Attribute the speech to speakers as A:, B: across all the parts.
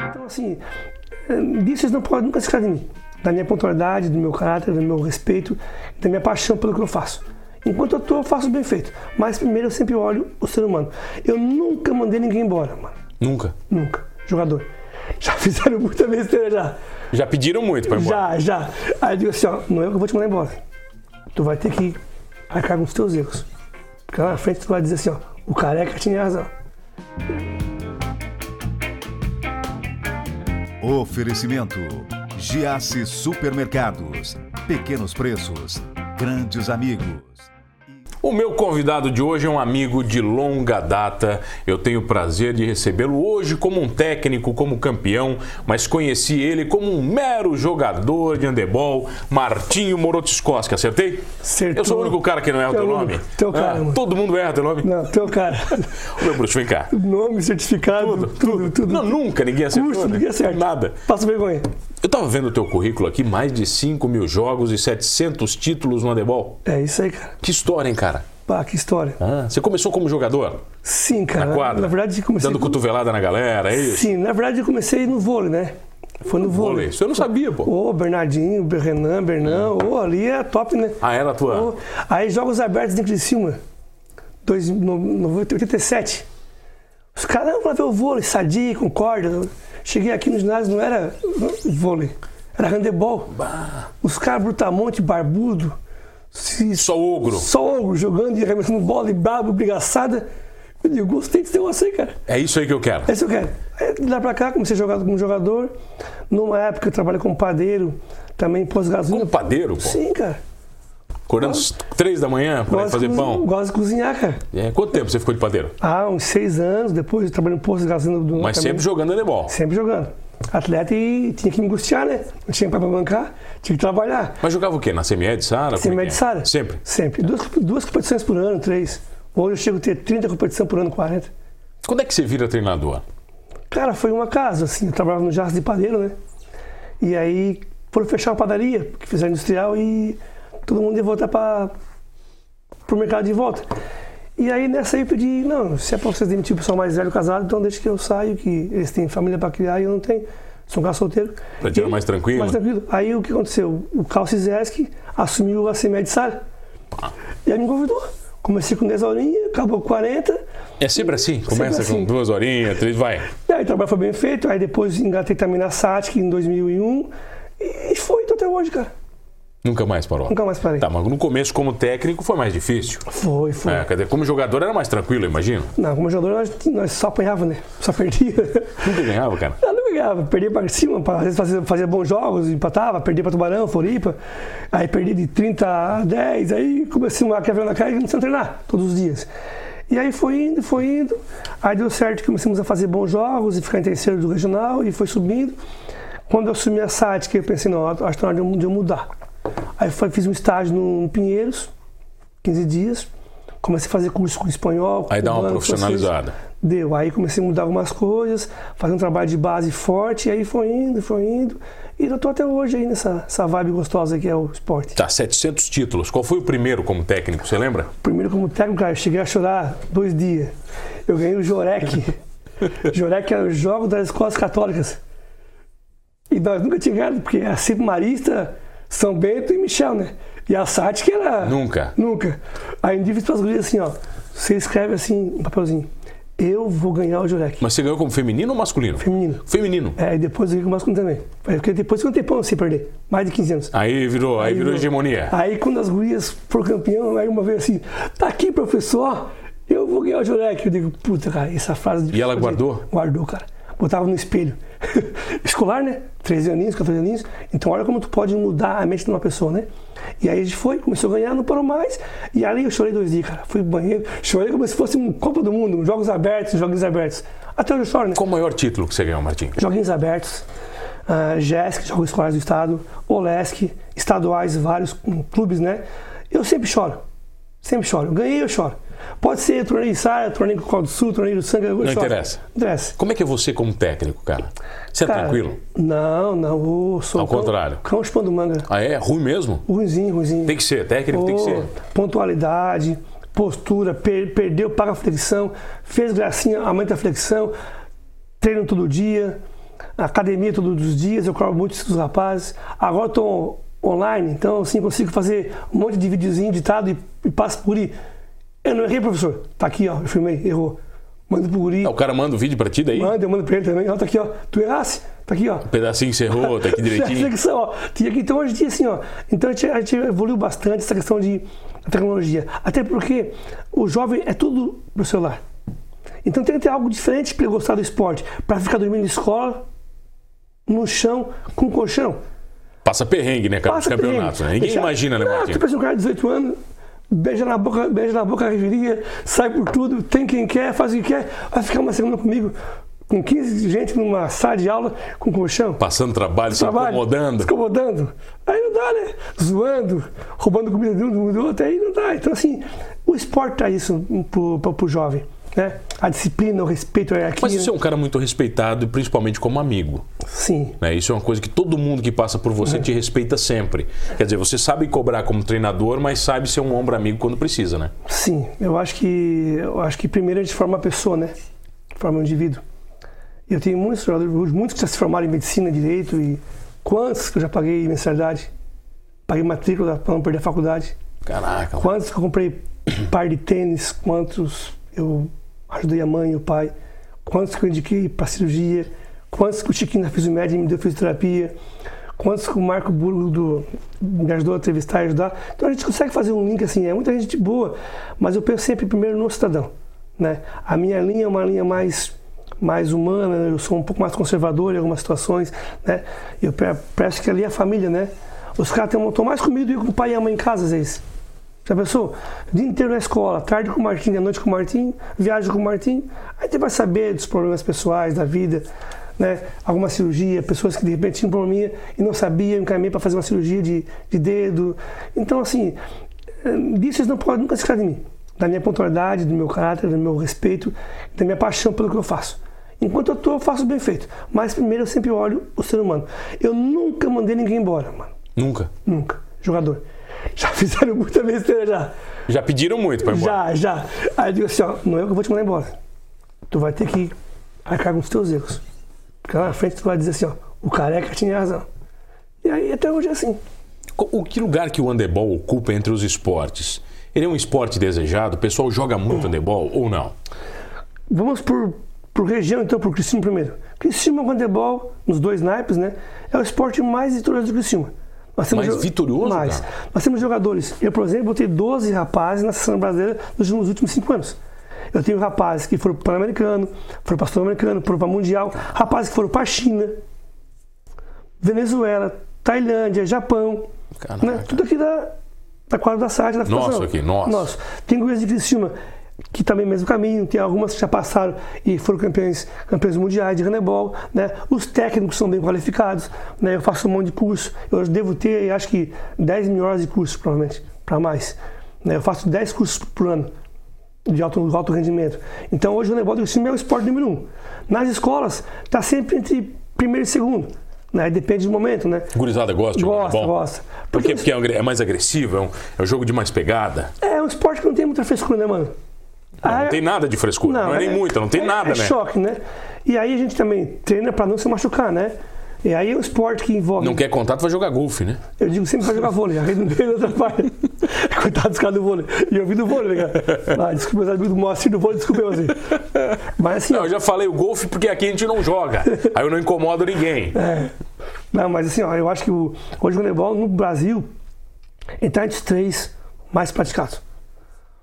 A: Então, assim, disso eles não podem nunca se escapar de mim. Da minha pontualidade, do meu caráter, do meu respeito, da minha paixão pelo que eu faço. Enquanto eu estou, eu faço bem feito. Mas primeiro eu sempre olho o ser humano. Eu nunca mandei ninguém embora, mano.
B: Nunca.
A: Nunca. Jogador. Já fizeram muita besteira já.
B: Já pediram muito pra ir
A: Já,
B: embora.
A: já. Aí eu digo assim, ó, não é eu que vou te mandar embora. Tu vai ter que arcar com os teus erros. Porque lá na frente tu vai dizer assim, ó, o careca tinha razão.
C: Oferecimento: Giasse Supermercados. Pequenos preços, grandes amigos.
B: O meu convidado de hoje é um amigo de longa data. Eu tenho o prazer de recebê-lo hoje como um técnico, como campeão, mas conheci ele como um mero jogador de handebol, Martinho Morotskoski. Acertei?
A: Acertou.
B: Eu sou o único cara que não erra o teu
A: Teu
B: nome.
A: teu
B: Ah,
A: cara, mano.
B: todo mundo erra teu nome?
A: Não, teu cara.
B: Ô, Meu bruxo, vem cá.
A: Nome, certificado, tudo, tudo. tudo.
B: Não, nunca ninguém acertou.
A: Curso,
B: né?
A: ninguém acerta.
B: Nada.
A: Passa vergonha.
B: Eu tava vendo o teu currículo aqui, mais de 5 mil jogos e 700 títulos no handebol.
A: É isso aí, cara.
B: Que história, hein, cara?
A: Pá, que história.
B: Ah, você começou como jogador?
A: Sim, cara.
B: Na quadra?
A: Ah, Na verdade, comecei.
B: Dando cotovelada na galera, é isso?
A: Sim, na verdade eu comecei no vôlei, né? Foi no
B: Vôlei.
A: vôlei.
B: Isso eu não sabia, pô.
A: Ô, Bernardinho, Renan, Bernão, ô, ali é top, né?
B: Ah, era a tua.
A: Ô, aí Jogos Abertos em Criciúma, dois, no, no, 87. Os caras vão ver o vôlei, sadia, concorda. Cheguei aqui no ginásio, não era vôlei, era handebol. Os caras brutamonte, barbudo, se,
B: Só ogro.
A: só ogro, jogando e arremessando bola e brabo, brigaçada. Eu digo, gostei desse negócio aí, cara.
B: É isso aí que eu quero.
A: É isso que eu quero. Aí, de lá pra cá, comecei a jogar como jogador. Numa época eu trabalhei como padeiro, também pôs gasolina.
B: Um padeiro, pô.
A: Sim, cara.
B: Acordando às três da manhã pra ir
A: Gosto de
B: fazer
A: cozinhar-
B: pão.
A: Gosto de cozinhar, cara.
B: É, quanto tempo você ficou de padeiro?
A: Há uns seis anos, depois eu trabalhei no posto de gasolina do
B: Mas
A: também.
B: sempre jogando handebol.
A: Sempre jogando. Atleta e tinha que me angustiar, né? Não tinha pai pra bancar, tinha que trabalhar.
B: Mas jogava o quê? Na CME de Sara?
A: Sem
B: Como é
A: média
B: que é?
A: de Sara.
B: Sempre.
A: Sempre. Duas, duas competições por ano, três. Hoje eu chego a ter 30 competições por ano, 40.
B: Quando é que você vira treinador?
A: Cara, foi um acaso, assim, eu trabalhava no Jardim de Padeiro, né? E aí foram fechar uma padaria, porque fizeram industrial e todo mundo ia voltar para o mercado de volta. E aí nessa aí eu pedi, não, se é para vocês demitir o pessoal mais velho casado, então deixa que eu saio, que eles têm família para criar e eu não tenho. Sou um cara solteiro.
B: Pra tirar
A: E-
B: mais tranquilo.
A: Mais tranquilo. Aí o que aconteceu? O Carl Cizeski assumiu a CME de Sara. E aí me convidou. Comecei com 10 horinhas, acabou com 40.
B: É sempre assim? Começa com
A: assim.
B: duas horinhas, três, vai.
A: E aí o trabalho foi bem feito, aí depois engatei também na SATIC em 2001 e foi então, até hoje, cara.
B: Nunca mais parou.
A: Nunca mais parei.
B: Tá, mas no começo, como técnico, foi mais difícil.
A: Foi, foi.
B: É, quer dizer, como jogador era mais tranquilo, eu imagino.
A: Não, como jogador nós, nós só apanhava, né? Só perdia.
B: Nunca ganhava, cara.
A: Não, não ganhava, perdia pra cima, pra, às vezes fazia, fazia bons jogos, empatava, perdia pra Tubarão, Floripa, aí perdia de 30 a 10, aí comecei uma quebra na cara e comecei a treinar todos os dias. E aí foi indo, foi indo, aí deu certo, começamos a fazer bons jogos e ficar em terceiro do regional e foi subindo. Quando eu assumi a SAT, que eu pensei, não, acho que está na hora de eu- de eu mudar. Aí foi, fiz um estágio no Pinheiros, 15 dias, comecei a fazer curso com espanhol.
B: Aí dá uma
A: cubano,
B: profissionalizada.
A: francês. Deu. Aí comecei a mudar algumas coisas, fazer um trabalho de base forte, e aí foi indo, foi indo. E eu tô até hoje aí nessa essa vibe gostosa que é o esporte.
B: Tá, 700 títulos. Qual foi o primeiro como técnico, você lembra?
A: Primeiro como técnico, cara, eu cheguei a chorar dois dias. Eu ganhei o Jorek. Jorek era o jogo das escolas católicas. E nós nunca tínhamos ganhado, porque a sempre Marista, São Bento e Michel, né? E a Sati que era...
B: Nunca.
A: Nunca. Aí eu disse para as gurias assim, ó. Você escreve assim, um papelzinho. Eu vou ganhar o Jorek.
B: Mas você ganhou como feminino ou masculino?
A: Feminino.
B: Feminino.
A: É, e depois eu ganhei com o masculino também. Porque depois ficou um tempão sem perder. Mais de 15 anos.
B: Aí virou, aí, virou
A: eu-
B: hegemonia.
A: Aí quando as gurias foram campeão, aí uma vez assim, tá aqui, professor, eu vou ganhar o Jurek. Eu digo, puta, cara, essa frase... de-
B: E ela guardou?
A: Guardou, cara. Botava no espelho. Escolar, né? 13 aninhos, 14 aninhos. Então olha como tu pode mudar a mente de uma pessoa, né? E aí a gente foi, começou a ganhar, não parou mais. E ali eu chorei dois dias, cara. Fui pro banheiro, chorei como se fosse um Copa do Mundo, jogos abertos, jogos abertos. Até hoje eu choro, né?
B: Qual o maior título que você ganhou, Martinho?
A: Joguinhos abertos, ah, GESC, Jogos Escolares do Estado, OLESC, estaduais, vários hum, clubes, né? Eu sempre choro. Sempre choro. Eu Ganhei, eu choro. Pode ser torneio de Sara, torneio do Código do Sul, torneio do Sangue, eu Não
B: interessa.
A: Não interessa.
B: Como é que é você como técnico, cara? Você é
A: Cara,
B: tranquilo?
A: Não, não. Eu sou
B: Ao
A: o cão-
B: contrário.
A: Cão chupando manga.
B: Ah, é? Ruim mesmo?
A: Ruizinho, ruizinho.
B: Tem que ser, técnico tem que
A: Ô,
B: ser.
A: Pontualidade, postura, per- perdeu, paga a flexão, fez gracinha, aumenta a flexão, treino todo dia, academia todos os dias, eu corro muito com os rapazes. Agora eu tô online, então assim consigo fazer um monte de videozinho editado e, e passo por aí. Eu não errei, professor. Tá aqui, ó, eu filmei, errou. Mando pro guri.
B: Ah, o cara manda o vídeo pra ti daí?
A: Manda, eu mando pra ele também. Ó, tá aqui, ó. Tu errasse? Tá aqui, ó.
B: Um pedacinho que você errou, tá aqui
A: Essa
B: direitinho.
A: questão, ó. Tinha que, então, hoje em dia, assim, ó. Então, a gente, a gente evoluiu bastante essa questão de tecnologia. Até porque o jovem é tudo pro celular. Então, tem que ter algo diferente para ele gostar do esporte. Para ficar dormindo na escola, no chão, com colchão.
B: Passa perrengue, né, cara? Os
A: Passa
B: campeonatos,
A: perrengue.
B: né? Ninguém
A: Deixa-
B: imagina, né,
A: Ah, Tu
B: Marquinhos?
A: pensa um cara de 18 anos, beija na boca, beija na boca a reviria, sai por tudo, tem quem quer, faz o que quer, vai ficar uma semana comigo, com 15 gente numa sala de aula, com colchão.
B: Passando trabalho, se
A: trabalho,
B: incomodando.
A: se incomodando. Aí não dá, né? Zoando, roubando comida de um, do outro, aí não dá. Então, assim, o esporte traz isso pro, pro, pro jovem, né? A disciplina, o respeito, a hierarquia.
B: Mas você é um cara muito respeitado, principalmente como amigo.
A: Sim.
B: né? Isso é uma coisa que todo mundo que passa por você
A: Uhum.
B: te respeita sempre. Quer dizer, você sabe cobrar como treinador, mas sabe ser um ombro amigo quando precisa, né?
A: Sim, eu acho que eu acho que primeiro a gente forma a pessoa, né? Forma um indivíduo. E eu tenho muitos jogadores, hoje, muitos que já se formaram em medicina, direito e quantos que eu já paguei mensalidade, paguei matrícula para não perder a faculdade,
B: Caraca.
A: quantos que eu comprei par de tênis, quantos eu ajudei a mãe e o pai, quantos que eu indiquei para cirurgia, quantos que o Chiquinho da Fisiomédia me deu fisioterapia, quantos que o Marco Burgo do, me ajudou a entrevistar e ajudar. Então a gente consegue fazer um link assim, é muita gente boa, mas eu penso sempre primeiro no cidadão. Né? A minha linha é uma linha mais mais humana, eu sou um pouco mais conservador em algumas situações, né? Eu pe- peço que ali é a família, né? Os caras estão mais comigo do que com o pai e a mãe em casa, às vezes. Já pensou? O dia inteiro na escola, tarde com o Martim, à noite com o Martim, viagem com o Martim. Aí você vai saber dos problemas pessoais, da vida, né? Alguma cirurgia, pessoas que de repente tinham um probleminha e não sabiam, encaminhei para fazer uma cirurgia de, de dedo. Então, assim, eh, disso eles não podem nunca se esquecer de mim. Da minha pontualidade, do meu caráter, do meu respeito, da minha paixão pelo que eu faço. Enquanto eu tô, eu faço bem feito. Mas primeiro eu sempre olho o ser humano. Eu nunca mandei ninguém embora, mano.
B: Nunca.
A: Nunca. Jogador. Já fizeram muita besteira já.
B: Já pediram muito pra ir
A: Já,
B: embora.
A: já. Aí eu digo assim, ó, não é eu que vou te mandar embora. Tu vai ter que arcar com os teus erros. Porque lá na frente tu vai dizer assim, ó, o careca tinha razão. E aí até hoje é assim.
B: Co- O que lugar que o handebol ocupa entre os esportes? Ele é um esporte desejado? O pessoal joga muito handebol ou não?
A: Vamos por, por região então, por Criciúma primeiro. Criciúma, handebol, nos dois naipes, né? É o esporte mais vitorioso do Criciúma. Nós
B: Mais
A: jo-
B: vitorioso,
A: Mais.
B: cara?
A: Nós temos jogadores. Eu, por exemplo, botei 12 rapazes na seleção brasileira nos nos últimos 5 anos. Eu tenho rapazes que foram para o Pan-Americano, foram para o Sul-Americano, foram para o Mundial, rapazes que foram para a China, Venezuela, Tailândia, Japão.
B: Caraca.
A: né? Tudo aqui da, da quadra da SAD, da
B: Nosso
A: Federação.
B: aqui, nosso.
A: Nosso. Tem Goiás de Criciúma, que também é o mesmo caminho, tem algumas que já passaram e foram campeões, campeões mundiais de handebol, né? Os técnicos são bem qualificados, né? Eu faço um monte de curso, eu devo ter, acho que 10 mil horas de curso, provavelmente, para mais. né? Eu faço 10 cursos por ano de alto, alto rendimento. Então hoje o handebol do time é o esporte número um. Nas escolas, está sempre entre primeiro e segundo, né? Depende do momento, né?
B: Gurizada gosta de jogar
A: Gosta,
B: handebol?
A: gosta.
B: Por
A: Porque-
B: quê? Porque é um- é mais agressivo, é um, é um jogo de mais pegada.
A: É um esporte que não tem muita frescura, né, mano? Ah,
B: Não tem nada de frescura, não, é nem muita, não tem
A: é-
B: nada,
A: é
B: né?
A: choque, né? E aí a gente também treina pra não se machucar, né? E aí é um esporte que envolve.
B: Não quer contato, vai jogar golfe, né?
A: Eu digo sempre pra jogar vôlei, a rede não tem outra parte. Coitado dos caras do vôlei. E eu vi do vôlei, né, cara? Ah, desculpa, meus amigos do Moacir do vôlei, desculpa eu, assim. Mas assim,
B: Não, eu já falei o golfe porque aqui a gente não joga. Aí eu não incomodo ninguém.
A: Não, mas assim, ó, eu acho que o, hoje o handebol no Brasil está entre os três mais praticados.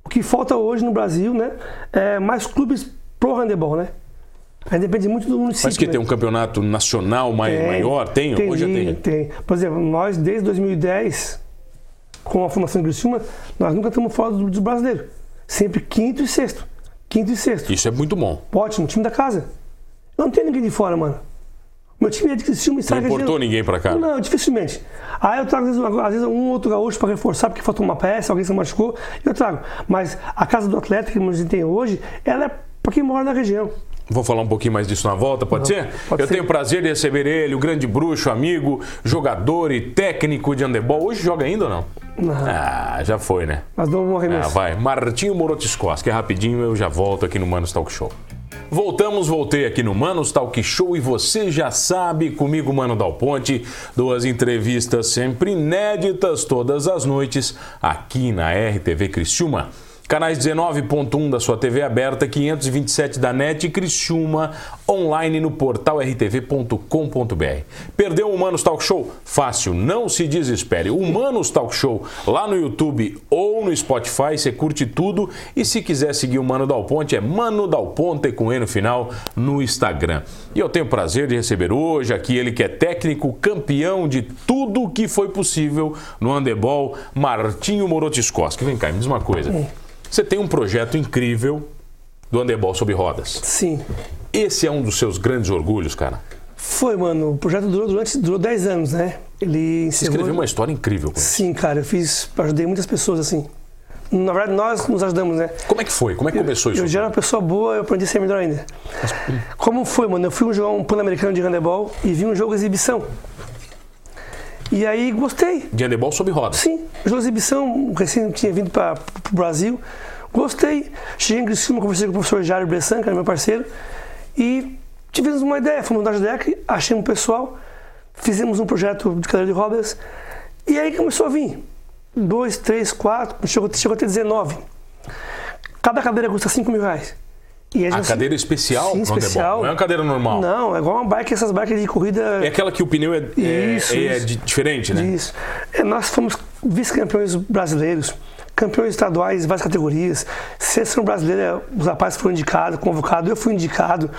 A: O que falta hoje no Brasil, né, é mais clubes pro handebol, né? Aí depende muito do município.
B: Mas que
A: né?
B: tem um campeonato nacional mai- maior? Tem? Hoje já tem.
A: É tem. Por exemplo, nós desde 2010, com a formação de Criciúma, nós nunca estamos fora do, do brasileiro. Sempre quinto e sexto. Quinto e sexto.
B: Isso é muito bom.
A: Ótimo, time da casa. Não tem ninguém de fora, mano. Meu time é de Criciúma e
B: Não
A: sai
B: importou ninguém pra cá.
A: não, dificilmente. Aí eu trago, às vezes, às vezes, um outro gaúcho para reforçar, porque faltou uma peça, alguém se machucou, eu trago. Mas a casa do atleta que a gente tem hoje, ela é para quem mora na região.
B: Vou falar um pouquinho mais disso na volta, pode ser?
A: pode
B: eu
A: ser.
B: tenho o prazer de receber ele, o grande bruxo, amigo, jogador e técnico de handebol. Hoje joga ainda ou não?
A: Não.
B: Ah, já foi, né?
A: Mas não vamos
B: Ah,
A: arremesso.
B: vai. Martinho Morotis Costa, que é rapidinho, eu já volto aqui no Manos Talk Show. Voltamos, voltei aqui no Manos Talk Show e você já sabe, comigo, Mano Dal Ponte, duas entrevistas sempre inéditas todas as noites aqui na RTV Criciúma. Canais 19.1 da sua TV aberta, 527 da NET e Criciúma, online no portal rtv.com.br. Perdeu o Humanos Talk Show? Fácil, não se desespere. Humanos Talk Show, lá no YouTube ou no Spotify, você curte tudo. E se quiser seguir o Mano Dal Ponte, é Mano Dal Ponte com E no final no Instagram. E eu tenho o prazer de receber hoje aqui ele que é técnico campeão de tudo o que foi possível no handebol, Martinho Morotis Koski. Vem cá, me diz uma coisa. Você tem um projeto incrível do handebol sob rodas.
A: Sim.
B: Esse é um dos seus grandes orgulhos, cara.
A: Foi, mano. O projeto durou durante durou 10 anos, né? Ele
B: Você
A: encerrou...
B: escreveu uma história incrível. Com isso.
A: Sim, cara. Eu fiz, ajudei muitas pessoas assim. Na verdade, nós nos ajudamos, né?
B: Como é que foi? Como é que começou isso?
A: Eu já era uma pessoa boa, eu aprendi a ser melhor ainda.
B: hum.
A: Como foi, mano? Eu fui um jogar um pan-americano de handebol e vi um jogo exibição. E aí gostei.
B: De handebol sob rodas.
A: Sim, jogo exibição, recém tinha vindo para o Brasil. Gostei. Cheguei em Criciúma, conversei com o professor Jário Bressan, que era meu parceiro, e tivemos uma ideia. Fomos na Judec, achei um pessoal, fizemos um projeto de cadeira de rodas, e aí começou a vir. Dois, três, quatro, chegou, chegou a ter 19. Cada cadeira custa 5 mil reais. E
B: A cadeira especial
A: Sim,
B: pro handebol.
A: especial.
B: Não é uma cadeira normal.
A: Não, é igual uma bike, essas bikes de corrida.
B: É aquela que o pneu é, é-
A: Isso,
B: é
A: isso.
B: di- diferente, né?
A: Isso. É, nós fomos vice-campeões brasileiros, campeões estaduais em várias categorias. Seleção brasileira, é, os rapazes foram indicados, convocados, eu fui indicado.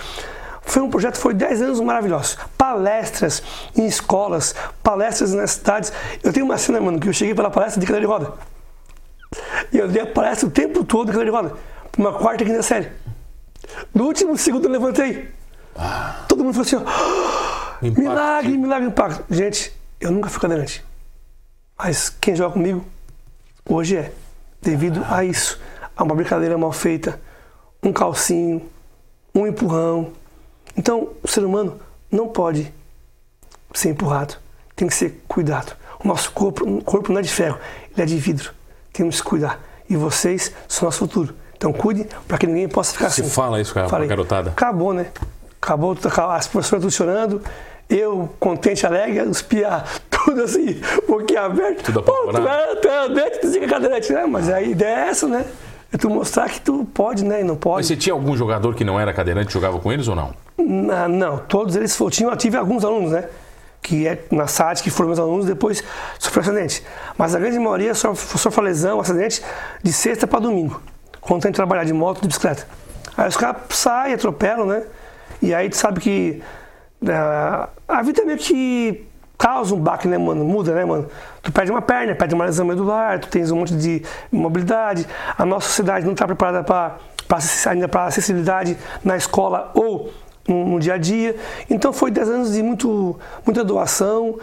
A: Foi um projeto, foi 10 anos maravilhosos. Palestras em escolas, palestras nas cidades. Eu tenho uma cena, mano, que eu cheguei pela palestra de cadeira de roda. E eu dei a palestra o tempo todo de cadeira de roda. Uma quarta e quinta série. No último segundo eu levantei.
B: Ah.
A: Todo mundo falou assim, ó.
B: Impacto.
A: Milagre, milagre, impacto. Gente, eu nunca fui cadeirante. Mas quem joga comigo hoje é. Devido a isso. A uma brincadeira mal feita, um calcinho, um empurrão. Então, o ser humano não pode ser empurrado. Tem que ser cuidado. O nosso corpo, o corpo não é de ferro, ele é de vidro. Temos que cuidar. E vocês são nosso futuro. Então cuide para que ninguém possa ficar
B: Você
A: assim.
B: fala isso, cara,
A: Falei,
B: pra garotada.
A: Acabou, né? Acabou, tá- as professoras tudo chorando, eu contente, alegre, os pia tudo assim, boquinha aberta.
B: Tudo
A: Pô, tu
B: apavorado.
A: é, tu é dente, tu fica cadeirante, né? Mas a ideia é essa, né? É tu mostrar que tu pode, né? E não
B: Mas
A: pode.
B: você tinha algum jogador que não era cadeirante e jogava com eles ou não?
A: Na- não, todos eles foram. Tinha, tive alguns alunos, né? Que é na SAT, que foram meus alunos, depois sofreu um acidente. Mas a grande maioria só sofre lesão, um acidente, de sexta para domingo. Quando tem que trabalhar de moto, de bicicleta. Aí os caras saem, atropelam, né? E aí tu sabe que ah, a vida meio que causa um baque, né, mano? Muda, né, mano? Tu perde uma perna, perde uma lesão medular, tu tens um monte de mobilidade. A nossa sociedade não está preparada para ainda para acessibilidade na escola ou no, no dia a dia. Então foi 10 anos de muito, muita doação,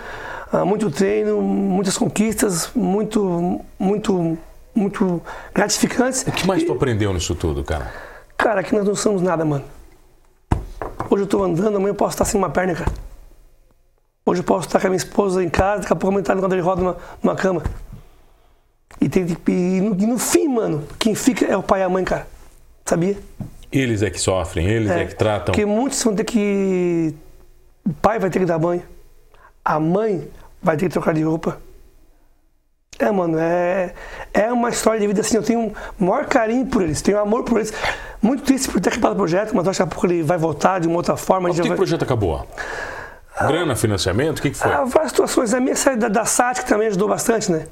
A: ah, muito treino, muitas conquistas, muito, muito, muito gratificantes.
B: O É que mais tu aprendeu nisso tudo, cara?
A: Cara, aqui nós não somos nada, mano. Hoje eu tô andando, amanhã eu posso estar sem uma perna, cara. Hoje eu posso estar com a minha esposa em casa, daqui a pouco eu vou estar no cadeira de roda numa, numa cama. E, tem, que- e, no, e no fim, mano, quem fica é o pai e a mãe, cara. Sabia?
B: Eles é que sofrem, eles é, que tratam.
A: Porque muitos vão ter que. O pai vai ter que dar banho. A mãe vai ter que trocar de roupa. É, mano, é, é uma história de vida assim. Eu tenho o maior carinho por eles, tenho amor por eles. Muito triste por ter acabado o projeto, mas acho que a pouco ele vai voltar de uma outra forma. a
B: Mas
A: gente
B: por que, que
A: já
B: o
A: vai...
B: projeto acabou?
A: Ah.
B: Grana, financiamento? O que, que foi?
A: Há várias situações. né? A minha saída da SAT que também ajudou bastante, né?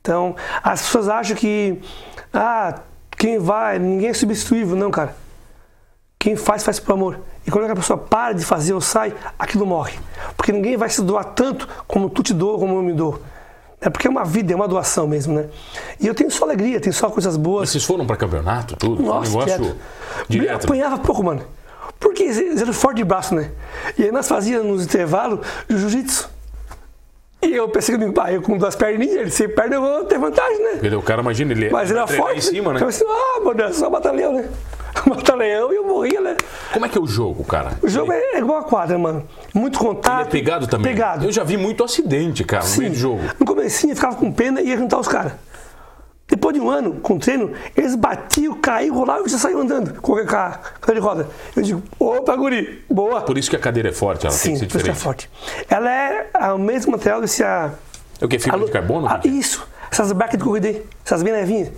A: Então, as pessoas acham que. Ah, quem vai, ninguém é substituível. Não, cara. Quem faz, faz por amor. E quando a pessoa para de fazer ou sai, aquilo morre. Porque ninguém vai se doar tanto como tu te doa, como eu me dou. É porque é uma vida, é uma doação mesmo, né? E eu tenho só alegria, tenho só coisas boas.
B: Vocês foram pra campeonato, tudo? Foi
A: Nossa,
B: um negócio
A: direto. Eu
B: direto. né?
A: apanhava pouco, mano. Porque eles eram fortes de braço, né? E aí nós fazíamos nos intervalos jiu-jitsu. E eu pensei comigo, pá, eu com duas perninhas, ele sem perna, eu vou ter vantagem, né?
B: Porque o cara, imagina, ele
A: Mas
B: vai
A: era
B: treinar
A: forte.
B: em cima, né?
A: Eu pensei, ah, meu Deus, só batalhão, né? Batalhão e eu morria, né?
B: Como é que é o jogo, cara?
A: O jogo é, é igual a quadra, mano. Muito contato.
B: É pegado também?
A: Pegado.
B: Eu já vi muito acidente, cara, no meio do jogo.
A: No comecinho eu ficava com pena e ia juntar os caras. E Depois de um ano com treino, eles batiam, caíam, rolavam e já saíam andando com a com a cadeira de roda. Eu digo, opa, guri, boa.
B: Por isso que a cadeira é forte, ela tem
A: Sim,
B: que ser
A: por isso que é
B: diferente.
A: forte. Ela é o mesmo material desse a.
B: É o que? Fibra
A: alu-
B: de carbono?
A: a- isso. Essas barcas de corrida aí. Essas bem levinhas.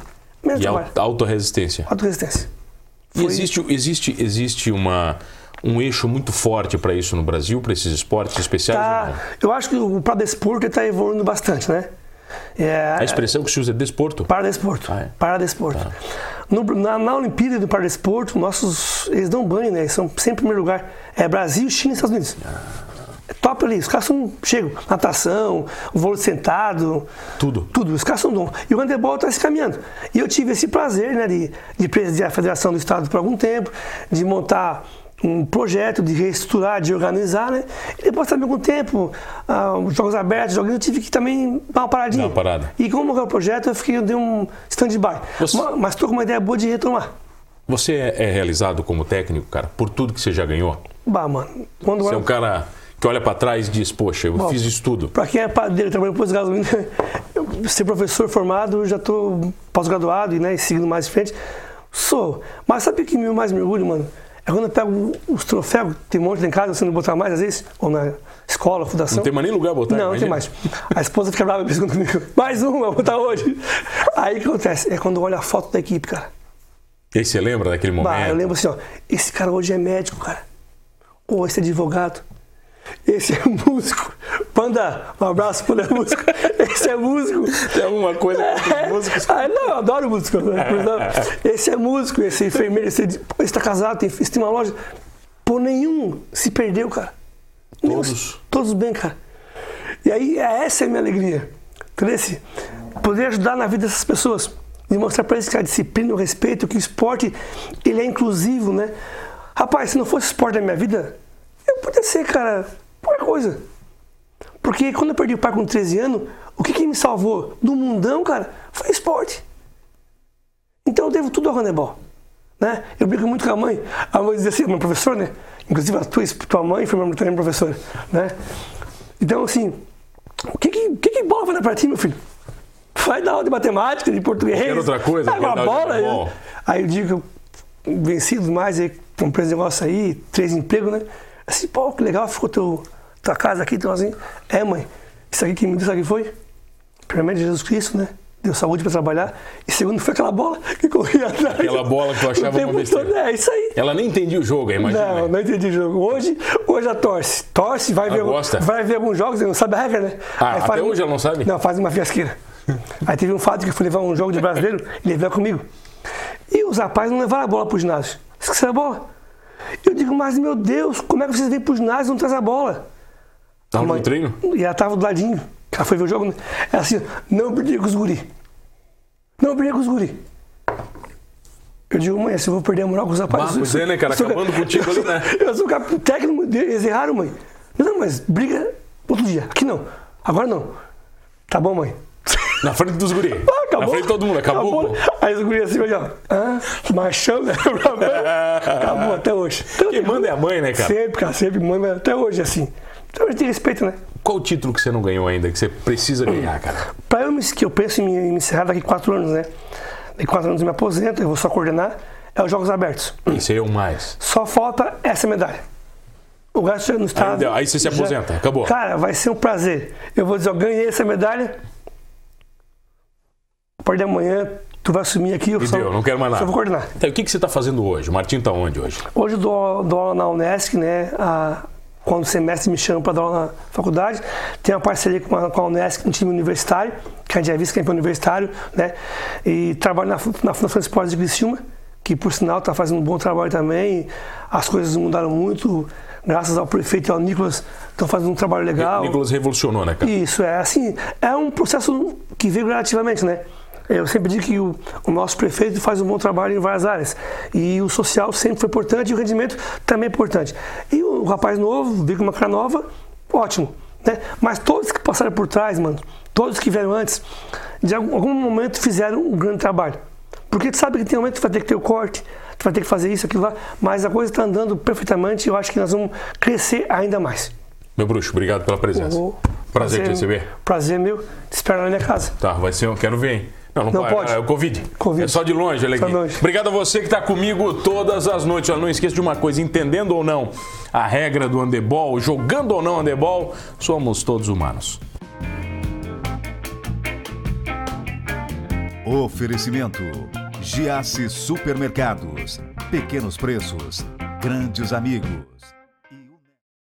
A: Mesmo
B: e é
A: trabalho.
B: alta, alta resistência.
A: Alta resistência.
B: E existe, existe, existe uma, um eixo muito forte para isso no Brasil, para esses esportes especiais? ou
A: Tá,
B: não?
A: eu acho que o Pradesporto está evoluindo bastante, né? É,
B: A expressão que se usa é desporto.
A: Paradesporto.
B: Ah, é?
A: Paradesporto. No- na, na Olimpíada do Paradesporto, nossos, eles dão banho, né? Eles são sempre em primeiro lugar. É Brasil, China e Estados Unidos.
B: Ah.
A: É top ali. Os caras são, chegam. Natação, vôlei sentado.
B: Tudo.
A: Tudo. Os caras são dom. E o handebol está se caminhando. E eu tive esse prazer, né? De, de presidir a Federação do Estado por algum tempo, de montar um projeto, de reestruturar, de organizar, né? E depois também com o tempo, ah, os jogos abertos, jogando, eu tive que também dar uma paradinha.
B: Dar uma parada.
A: E como é o projeto, eu fiquei, eu dei um stand-by.
B: Você-
A: Ma- Mas estou com uma ideia boa de retomar.
B: Você é, é realizado como técnico, cara, por tudo que você já ganhou?
A: Bah, mano. Quando
B: Você é um cara que olha para trás e diz, poxa, eu
A: Bom,
B: fiz isso tudo.
A: Pra quem é padeiro, trabalhando pós gasolina, eu, ser professor formado, eu já tô pós-graduado e, né, e seguindo mais em frente. Sou. Mas sabe o que me mais me orgulho, mano? É quando eu pego os troféus, tem um monte lá em casa, você não botar mais às vezes, ou na escola, fundação.
B: Não tem mais nem lugar pra botar,
A: Não, não tem
B: imagina.
A: mais. A esposa fica brava pensando comigo. Mais um, eu vou botar hoje. Aí o que acontece? É quando eu olho a foto da equipe, cara.
B: E aí você lembra daquele momento?
A: Bah, eu lembro assim, ó. Esse cara hoje é médico, cara. Ou esse é advogado. Esse é músico. Panda, um abraço pro Léo Músico. Esse é músico.
B: Tem alguma coisa com os músicos?
A: Ah, não, eu adoro músico. né? Por exemplo, Esse é músico, esse é enfermeiro, esse, é de- pô, esse tá casado, tem, esse tem uma loja. Pô, nenhum se perdeu, cara. Nenhum-
B: Todos.
A: todos bem, cara. E aí, é- essa é a minha alegria. Cresce, poder ajudar na vida dessas pessoas. E mostrar pra eles que a disciplina, o respeito, que o esporte, ele é inclusivo, né? Rapaz, se não fosse esporte na minha vida, eu podia ser, cara, qualquer coisa. Porque quando eu perdi o pai com 13 anos, o que, que me salvou do mundão, cara, foi esporte. Então eu devo tudo ao handebol. Né? Eu brinco muito com a mãe. A mãe dizia assim, meu professor, né? Inclusive a tua, esp- tua mãe foi minha- também minha professora. Né? Então, assim, o que que, o que, que bola vai dar pra ti, meu filho? Vai dar aula de matemática, de português.
B: Qualquer outra coisa,
A: Pega
B: quer
A: uma
B: dar aula de
A: bola. aí-
B: handebol.
A: Aí eu digo que eu venci mais, aí comprei esse negócio aí, três empregos, né? Assim, pô, que legal, ficou teu, tua casa aqui, então assim. É, mãe, isso aqui que me deu, sabe o que foi? Primeiro Jesus Cristo, né? Deu saúde pra trabalhar. E segundo foi aquela bola que corria atrás.
B: Aquela bola que eu
A: O
B: achava
A: tempo
B: uma besteira.
A: todo, é, isso aí.
B: Ela nem entendia o jogo, aí, imagina. né?
A: Não, não entendi o jogo. Hoje, hoje ela torce. Torce, vai ver,
B: gosta?
A: vai ver alguns jogos, não sabe a regra, né?
B: Ah,
A: Aí
B: até hoje ela não sabe?
A: Não, faz uma fiasqueira. Aí teve um fato que eu fui levar um jogo de brasileiro, ele veio comigo. E os rapazes não levaram a bola pro ginásio. Esqueceram a bola. Eu digo, mas meu Deus, como é que vocês vêm pro ginásio e não trazem a bola?
B: Tava
A: Mãe.
B: no treino?
A: E ela tava do ladinho. Ela foi ver o jogo. né? Ela assim, não briga com os guri. Não briga com os guri. Eu digo, mãe, se eu vou perder a moral com os rapazes.
B: Bah,
A: eu
B: pois é, né, cara?
A: eu sou-
B: Acabando contigo
A: eu sou-
B: ali, né?
A: Eu sou cap- técnico deles, eles erraram, mãe. Não, mas briga outro dia. Aqui não. Agora não. Tá bom, mãe.
B: Na frente dos guri.
A: Ah, acabou.
B: Na frente de todo mundo, acabou. pô.
A: Aí os guri assim, olha, ó. Hã? Machão, né? acabou até hoje. Então,
B: Quem manda é a mãe, né, cara?
A: Sempre, cara, sempre manda. Até hoje, assim. Então a gente tem respeito, né?
B: Qual o título que você não ganhou ainda, que você precisa ganhar, cara?
A: Para eu me, que eu penso em me, em me encerrar daqui quatro anos, né? Daqui quatro anos eu me aposento, eu vou só coordenar, é os Jogos Abertos.
B: Esse aí é o mais.
A: Só falta essa medalha. O resto é no estado.
B: deu, aí você se aposenta, acabou.
A: Cara, vai ser um prazer. Eu vou dizer, eu ganhei essa medalha. A partir de amanhã, tu vai assumir aqui. Eu
B: E
A: só,
B: deu, não quero mais nada.
A: Só vou coordenar.
B: Tá, e o que, que você tá fazendo hoje? O Martim tá onde hoje?
A: Hoje eu dou, dou aula na Unesc, né? A- quando o semestre me chama para dar aula na faculdade. Tem uma parceria com a, com a Unesc, um time universitário, que a gente é vice-campeão universitário, né? E trabalho na, fu- na Fundação Esportes de Criciúma, que por sinal está fazendo um bom trabalho também. As coisas mudaram muito, graças ao prefeito e ao Nicolas, estão fazendo um trabalho legal.
B: O Nicolas revolucionou, né, cara?
A: Isso, é assim, é um processo que veio gradativamente, né? Eu sempre digo que o, o nosso prefeito faz um bom trabalho em várias áreas. E o social sempre foi importante e o rendimento também é importante. E o rapaz novo, veio com uma cara nova, ótimo. Né? Mas todos que passaram por trás, mano, todos que vieram antes, de algum, algum momento fizeram um grande trabalho. Porque tu sabe que tem um momento que tu vai ter que ter o corte, tu vai ter que fazer isso, aquilo lá, mas a coisa está andando perfeitamente e eu acho que nós vamos crescer ainda mais.
B: Meu bruxo, obrigado pela presença.
A: Ô,
B: Prazer te receber.
A: Prazer meu. Te espero na minha casa.
B: Tá, vai ser. Eu quero ver, hein? Não, não,
A: Não
B: pode.
A: pode.
B: É o Covid.
A: Covid.
B: É só de longe, Alegui.
A: Só de longe.
B: Obrigado a você que está comigo todas as noites. Olha, Não esqueça de uma coisa, entendendo ou não a regra do handebol, jogando ou não handebol, somos todos humanos.
C: Oferecimento: Giasse Supermercados. Pequenos preços, grandes amigos.